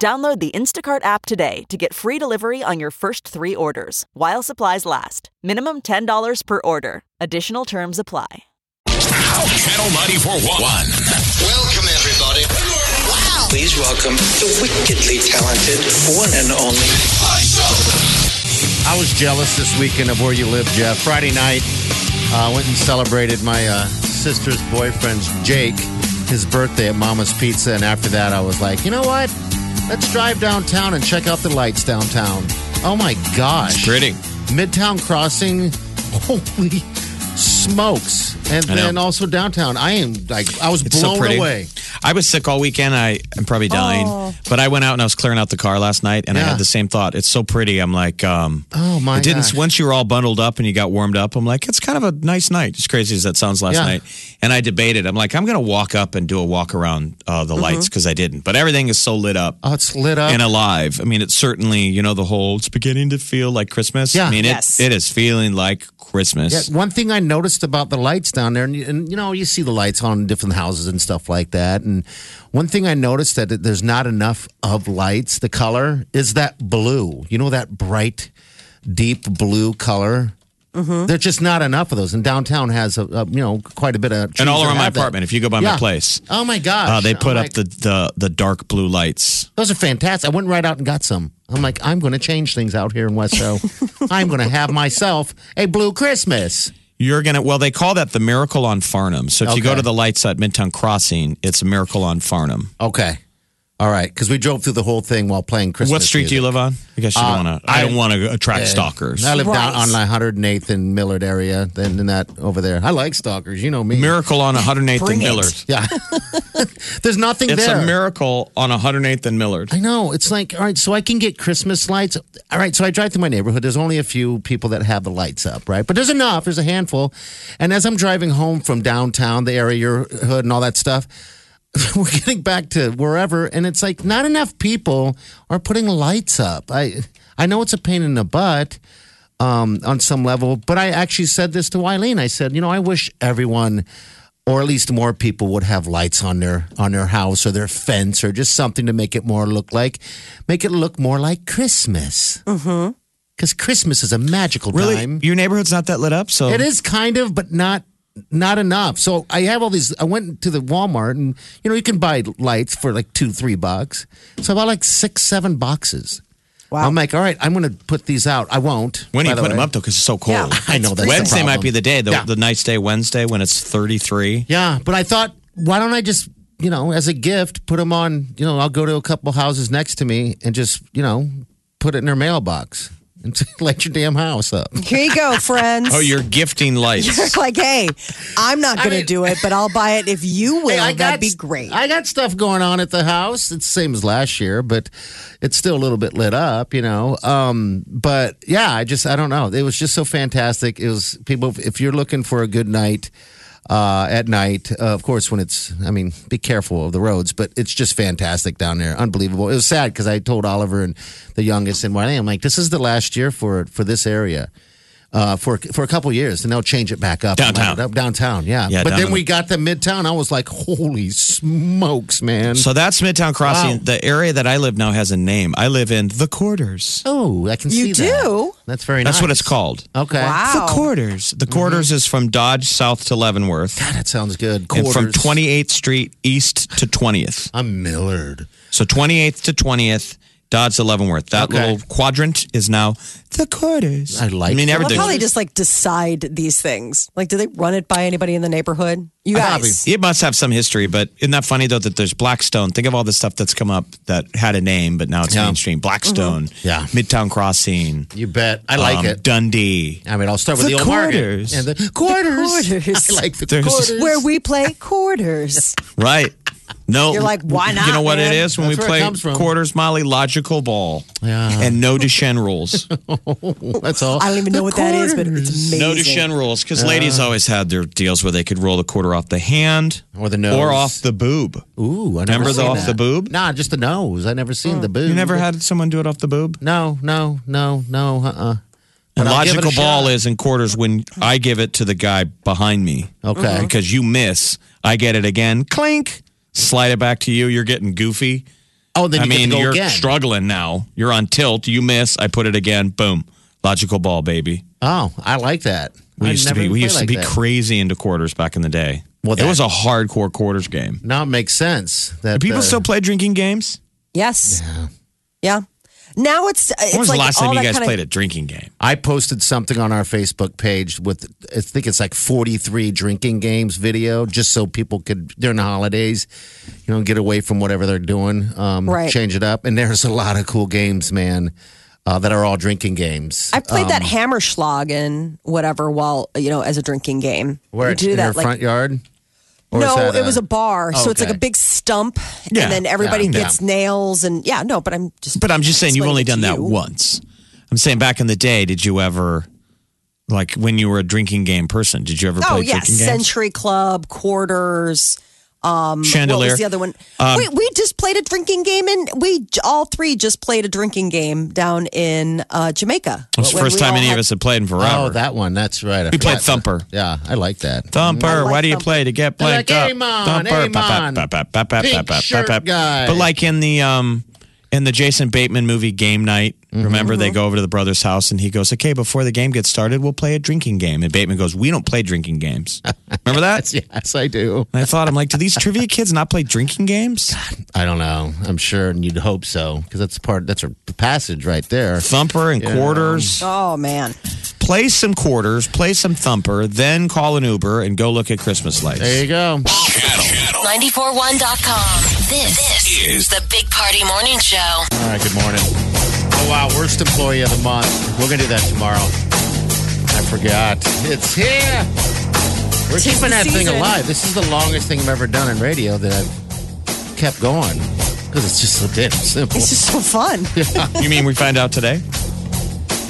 Download the Instacart app today to get free delivery on your first three orders while supplies last. Minimum $10 per order. Additional terms apply. Channel 941. Welcome, everybody. Wow. Please welcome the wickedly talented one and only. I was jealous this weekend of where you live, Jeff. Friday night, I uh, went and celebrated my uh, sister's boyfriend's Jake, his birthday at Mama's Pizza, and after that, I was like, you know what? Let's drive downtown and check out the lights downtown. Oh my gosh! Pretty. Midtown Crossing, holy smokes! And I know. then also downtown, I am like I was It's so blown pretty. away. Oh. I was sick all weekend. I am probably dying. But I went out and I was clearing out the car last night and I Yeah. had the same thought. It's so pretty. I'm like, um, Oh my! it didn't, gosh. once you were all bundled up and you got warmed up, I'm like, it's kind of a nice night. As crazy as that sounds last Yeah. night. And I debated, I'm like, I'm going to walk up and do a walk around uh, Mm-hmm. the lights because I didn't. But everything is so lit up. Oh, it's lit up. and alive. I mean, it's certainly, you know, the whole, it's beginning to feel like Christmas. Yeah. I mean, Yes. it, it is feeling like Christmas. Yeah, one thing I noticed about the lights down there, and, and you know, you see the lights on different houses and stuff like that. And one thing I noticed that there's not enough of lights. The color is that blue. You know that bright, deep blue color. There's just not enough of those. And downtown has a, a you know quite a bit of. And all trees that around my have that. apartment, if you go by my Yeah. place, Oh my gosh! uh, they I'm put up like, the, the, the dark blue lights. Those are fantastic. I went right out and got some. I'm like, I'm going to change things out here in Westo. I'm going to have myself a blue Christmas. You're gonna well, they call that the miracle on Farnham. So if you go Okay. to the lights at Midtown Crossing, it's a miracle on Farnham. Okay. All right, because we drove through the whole thing while playing Christmas. Uh, what street do you live on? I guess you don't want to. I, don't want to attract stalkers. I live down Right. on the 108th and Millard area, then in that over there. I like stalkers, you know me. miracle on 108th and Bring it. Millard. yeah, there's nothing It's there. a miracle on 108th and Millard. I know. It's like, all right, so I can get Christmas lights. All right, so I drive through my neighborhood. There's only a few people that have the lights up, right? But there's enough. There's a handful. And as I'm driving home from downtown, the area, your hood, and all that stuff, we're getting back to wherever, and it's like not enough people are putting lights up. I I know it's a pain in the butt um, on some level, but I actually said this to Wileen. I said, you know, I wish everyone or at least more people would have lights on their on their house or their fence or just something to make it more look like make it look more like Christmas. Mm-hmm. Because Christmas is a magical Really, time. your neighborhood's not that lit up. So It is kind of, but not not enough. So I have all these. I went to the Walmart, and you know you can buy lights for like two, three bucks. So I bought like six, seven boxes. Wow. I'm like, all right, I'm going to put these out. I won't. When do by you the put them way. up though? Because it's so cold. Oh, I know that's the Wednesday might problem. be the day. The, Yeah. the nice day Wednesday when it's 33. Yeah, but I thought, why don't I just, you know, as a gift, put them on, you know, I'll go to a couple houses next to me and just, you know, put it in their mailbox and light your damn house up. Here you go, friends. Oh, you're gifting lights. It's like, hey, I'm not I going to mean- do it, but I'll buy it if you will. Hey, I That'd got be great. I got stuff going on at the house. It's the same as last year, but it's still a little bit lit up, you know. Um, but yeah, I just I don't know. It was just so fantastic. It was people. If you're looking for a good night uh, at night, uh, of course, when it's I mean, be careful of the roads, but it's just fantastic down there. Unbelievable. It was sad because I told Oliver and the youngest and Wiley, I'm like, this is the last year for for this area. Uh, for for a couple years, and they'll change it back up and Downtown. light it up. downtown, yeah. Yeah, but down then in- we got to Midtown. I was like, holy smokes, man. So that's Midtown Crossing. Wow. The area that I live now has a name. I live in the quarters. oh, I can You see that. do? That's very nice. That's Mm-hmm. what it's called. Okay. Wow. The quarters. The quarters is from Dodge South to Leavenworth, That sounds good. and Quarters. from 28th Street East to 20th. I'm Millard. So 28th to 20th, Dodge to Leavenworth. That Okay. little quadrant is now the quarters. I like I that. mean, They'll everything. probably just like decide these things. Like, do they run it by anybody in the neighborhood? You guys. It must have some history, but isn't that funny though that there's Blackstone? Think of all the stuff that's come up that had a name, but now it's Yeah. Mm-hmm. mainstream. Blackstone, Yeah. Midtown Crossing, You bet. I like um, it. Dundee. I mean, I'll start with The the, old quarters. market. And the quarters. quarters. I like the There's- quarters. Where we play quarters. Right. No, You're like, why not, You know what man? it is when That's we where it play comes from. quarters, Molly, logical ball, Yeah. and no Duchenne rules. That's all. I don't even know what that is, but it's amazing. no Duchenne rules because ladies always had their deals where they could roll the quarter off the hand Or the nose. or off the boob. Ooh, I never Remember the seen off that. the boob? Nah, just the nose. I never Mm. seen the boob. You never had someone do it off the boob. No, no, no, no. Uh. uh And logical ball is in quarters when I give it to the guy behind me. Okay. Mhm. Because you miss, I get it again. Clink. Slide it back to you. You're getting goofy. Oh, then I you get mean, to go you're again. struggling now. You're on tilt. You miss. I put it again. Boom. Logical ball, baby. oh, I like that. We I used to never be we played used to like be that. crazy into quarters back in the day. Well, it that- was a hardcore quarters game. Now it makes sense that People uh, still play drinking games. Yes. Yeah. Now it's. it's When was like the last all time you that guys kinda- played a drinking game? I posted something on our Facebook page with I think it's like 43 drinking games video just so people could during the holidays, you know, get away from whatever they're doing, um, Right. change it up. And there's a lot of cool games, man, uh, that are all drinking games. I played Um, that hammer schlag and whatever while you know as a drinking game. Where you it's in your front yard. Or is no, that it was a bar, so it's like okay. a big stump, Yeah, and then everybody yeah, gets nails and yeah, no, but I'm just. But I'm just saying you've only done that explaining it to you. once. I'm saying back in the day, did you ever like when you were a drinking game person, did you ever Oh play yeah, drinking games? Century Club quarters. Chandelier. Um, What was the other one? we we just played a drinking game, and we j- all three just played a drinking game down in uh, Jamaica. It was the When first we time all any had- of us had played in forever. Oh, that one. That's right. I We played forgot. Thumper. Yeah, I like that. Thumper, why do you Thumper. play to get They're like, blanked up? "Amon, Thumper, Amon, bap, bap, bap, bap, bap, pink bap, bap, shirt bap. guy. But like in the um in the Jason Bateman movie Game Night, Mm-hmm. remember they go over to the brother's house and he goes, "Okay, before the game gets started, we'll play a drinking game." And Bateman goes, "We don't play drinking games." Remember that? Yes, I do. And I thought, I'm like, do these trivia kids not play drinking games? I don't know. I'm sure, and you'd hope so, because that's part. That's a passage right there. Thumper and quarters. Oh man, play some quarters, play some thumper, then call an Uber and go look at Christmas lights. There you go. 941.com. This, this is the Big Party Morning Show. All right, good morning. Oh, wow, worst employee of the month. We're going to do that tomorrow. I forgot. It's here. We're Tis keeping the that thing season. alive. This is the longest thing I've ever done in radio that I've kept going because it's just so damn simple. it's just so fun. You mean we find out today?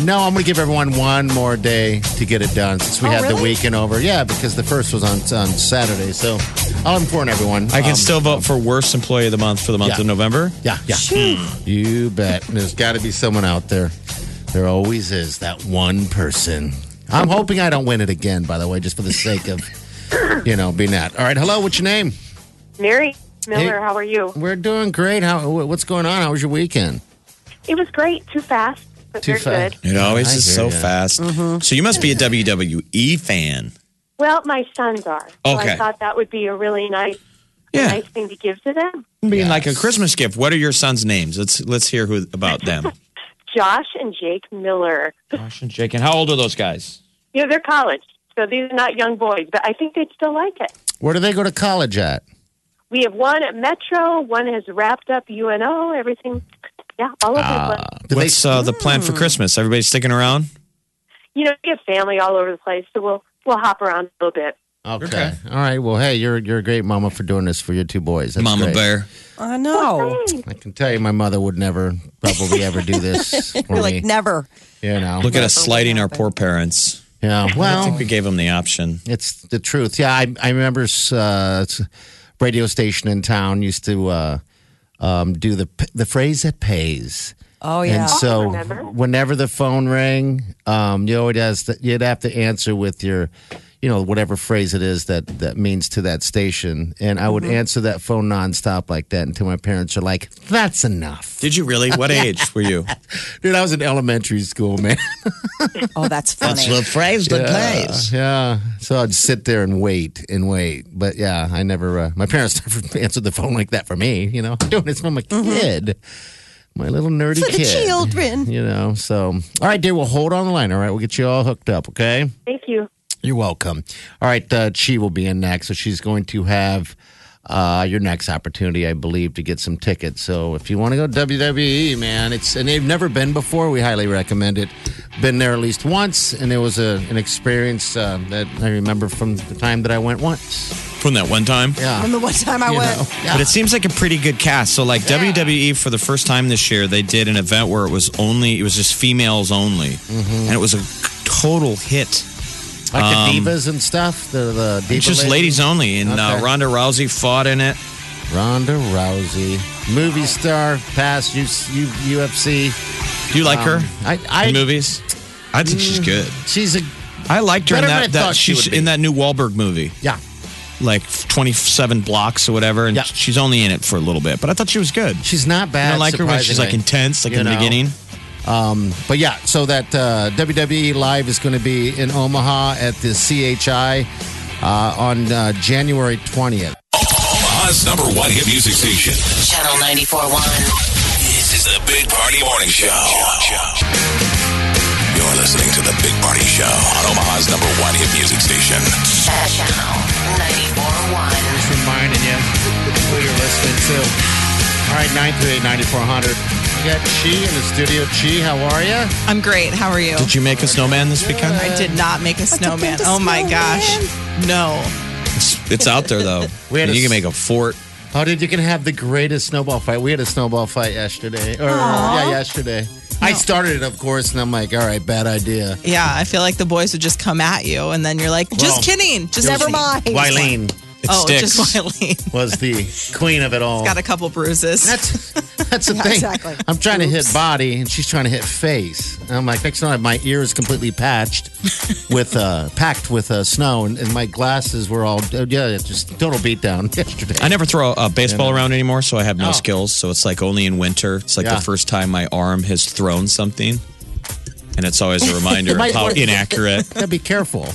No, I'm going to give everyone one more day to get it done since we Oh, had the really? weekend over. Yeah, because the first was on, on Saturday. So I'll inform everyone. I can Um, still vote for worst employee of the month for the month Yeah. of November. Yeah, yeah. You bet. There's got to be someone out there. There always is that one person. I'm hoping I don't win it again, by the way, just for the sake of, you know, being that. All right. Hello. What's your name? Mary Miller, Hey. how are you? We're doing great. How? wh- What's going on? How was your weekend? It was great. Too fast, but Too very fast. good. It always I is hear so ya. fast. So you must be a WWE fan. Well, my sons are. So Okay. I thought that would be a really nice, Yeah. nice thing to give to them. Being like a Christmas gift. What are your sons' names? Let's let's hear who about them. Josh and Jake Miller. Josh and Jake. And how old are those guys? You know, they're college, so these are not young boys, but I think they'd still like it. Where do they go to college at? We have one at Metro, one has wrapped up UNO, everything. Yeah, all of them. Do they- What's uh, the plan for Christmas? Everybody sticking around? you know, we have family all over the place, so we'll we'll hop around a little bit. okay. All right. Well, hey, you're you're a great mama for doing this for your two boys. That's Mama great. Bear. I know. I can tell you, my mother would never probably ever do this for You're me. like never. you know. Look at us slighting our poor parents. yeah. I Well, think we gave them the option. It's the truth. Yeah, I I remember uh, s- radio station in town used to uh, um, do the p- the phrase that pays. Oh yeah. And so remember. whenever the phone rang, um, you always has to, you'd have to answer with your, you know, whatever phrase it is that that means to that station. And I Mm-hmm. would answer that phone nonstop like that until my parents are like, "That's enough." Did you really? What age were you? Dude, I was in elementary school, man. oh, that's funny. phrase that plays. Uh, Yeah. So I'd sit there and wait and wait. But yeah, I never, uh, my parents never answered the phone like that for me. You know, I'm doing this for my kid, my little nerdy For the kid. children. You know, so. All right, dear, we'll hold on the line. All right, we'll get you all hooked up, okay? Thank you. You're welcome. All right, uh, Chi will be in next. So she's going to have uh, your next opportunity, I believe, to get some tickets. So if you want to go to WWE, man, it's and they've never been before. We highly recommend it. Been there at least once, and it was a, an experience uh, that I remember from the time that I went once. from that one time. Yeah. Remember one time I You went? know. But it seems like a pretty good cast. So, like WWE, for the first time this year, they did an event where it was only, it was just females only. Mm-hmm. And it was a total hit. Like the divas and stuff. The the diva It's Um, just ladies only. And uh, Okay. Ronda Rousey fought in it. Ronda Rousey, movie star, past U, U, UFC. Do you like her I, Um, I in movies? I think she's good. She's a I liked her Better in than I that, that thought she she's would be. in that new Wahlberg movie, yeah. like 27 blocks or whatever. And Yeah. she's only in it for a little bit, but I thought she was good. She's not bad. I like her when she's like surprisingly. intense, like You in the know? beginning. But yeah, so that uh, WWE Live is going to be in Omaha at the CHI uh, on uh, January 20th. Omaha's number one hit music station. Channel 94.1. This is the Big Party Morning Show. You're listening to the Big Party Show on Omaha's number one hit music station. Channel 94.1. reminding you who you're listening to. All right, 938 9400. We got Chi in the studio. Chi, how are you? I'm great. How are you? Did you make a snowman this weekend? I did not make a snowman. paint a oh my snowman? gosh. No. It's, it's out there though. We had a you can s- make a fort. Oh, dude, you can have the greatest snowball fight. We had a snowball fight yesterday. Or, yeah, yesterday. I started it, of course, and I'm like, all right, bad idea. Yeah, I feel like the boys would just come at you and then you're like, just Well, kidding. Just Never mind. Wileen It Oh, sticks. just Wileen. was the queen of it all. Got a couple bruises. That's that's the thing. exactly. I'm trying to hit body, and she's trying to hit face. And I'm like, next time my ear is completely patched with uh, packed with uh, snow, and, and my glasses were all uh, yeah, it's just total beatdown yesterday. I never throw a baseball around anymore, so I have no Oh. skills. So it's like only in winter. It's like Yeah. the first time my arm has thrown something. And it's always a reminder of might how work. inaccurate. Yeah, be careful.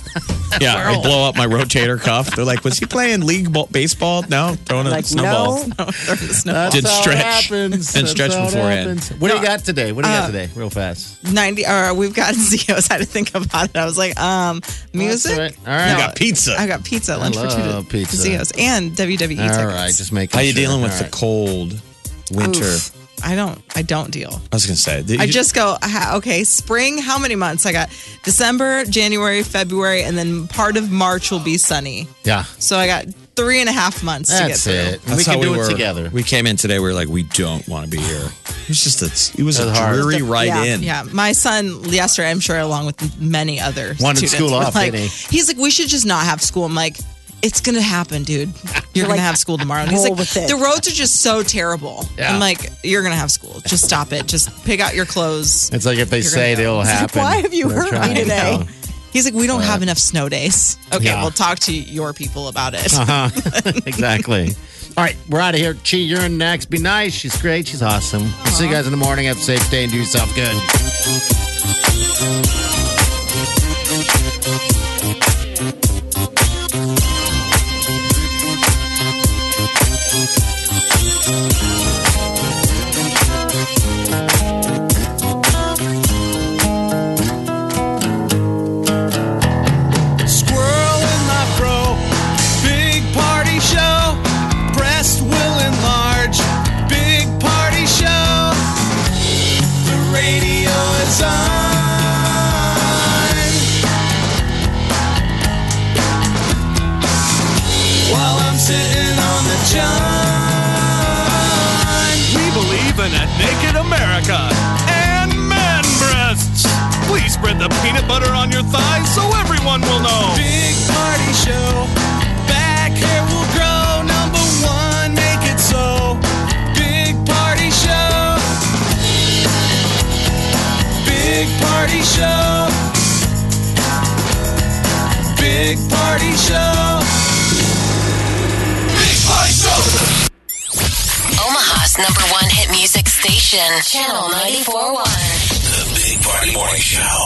Yeah, I blow up my rotator cuff. They're like, "Was he playing league ball- baseball?" No, throwing a Like, snowball. no. Did That's how it stretch. happens. Didn't That's stretch how it beforehand. happens. What do you got today? What do you got today? Real fast. 90 or uh, we've got zeros. I had to think about it. I was like, um, music. All right. All right. You got pizza. I got pizza at lunch for two love pizza. Zeros and WWE tickets. All right, just make. How you dealing with the cold winter? Oof. I don't. I don't deal. I was gonna say. I just go, "Ah, okay, spring, how many months? I got December, January, February, and then part of March will be sunny. Yeah, So I got three and a half months that's to get through. it. That's we can how do we it were- together. We came in today. We were like, we don't want to be here. It was just a, it was a That's hard. dreary ride Yeah, in. Yeah, my son yesterday, I'm sure, along with many other Wanted students, school were off, like, didn't he's like, we should just not have school. I'm like, it's gonna happen, dude. You're gonna like, have school tomorrow. And he's roll like, with it. the roads are just so terrible. Yeah. I'm like, you're gonna have school. Just stop it. Just pick out your clothes. It's like if they You're say gonna it'll happen. Why have you they're hurt trying to me today? know. He's like, we don't have enough snow days. Okay, Yeah. we'll talk to your people about it. exactly. All right, we're out of here. Chi, you're in next. Be nice. She's great. She's awesome. We'll see you guys in the morning. Have a safe day and do yourself good. Squirrel in my fro. Big party show. Breast will enlarge. Big party show. The radio is on. While I'm sitting on the john. We believe in a naked America and man breasts. Please spread the peanut butter on your thighs so everyone will know. Big party show. Back hair will grow. Number one, make it so. Big party show. Big party show. Big party show. Big party show. Omaha's number one hit music station. Channel 94.1. The Big Party Morning Show.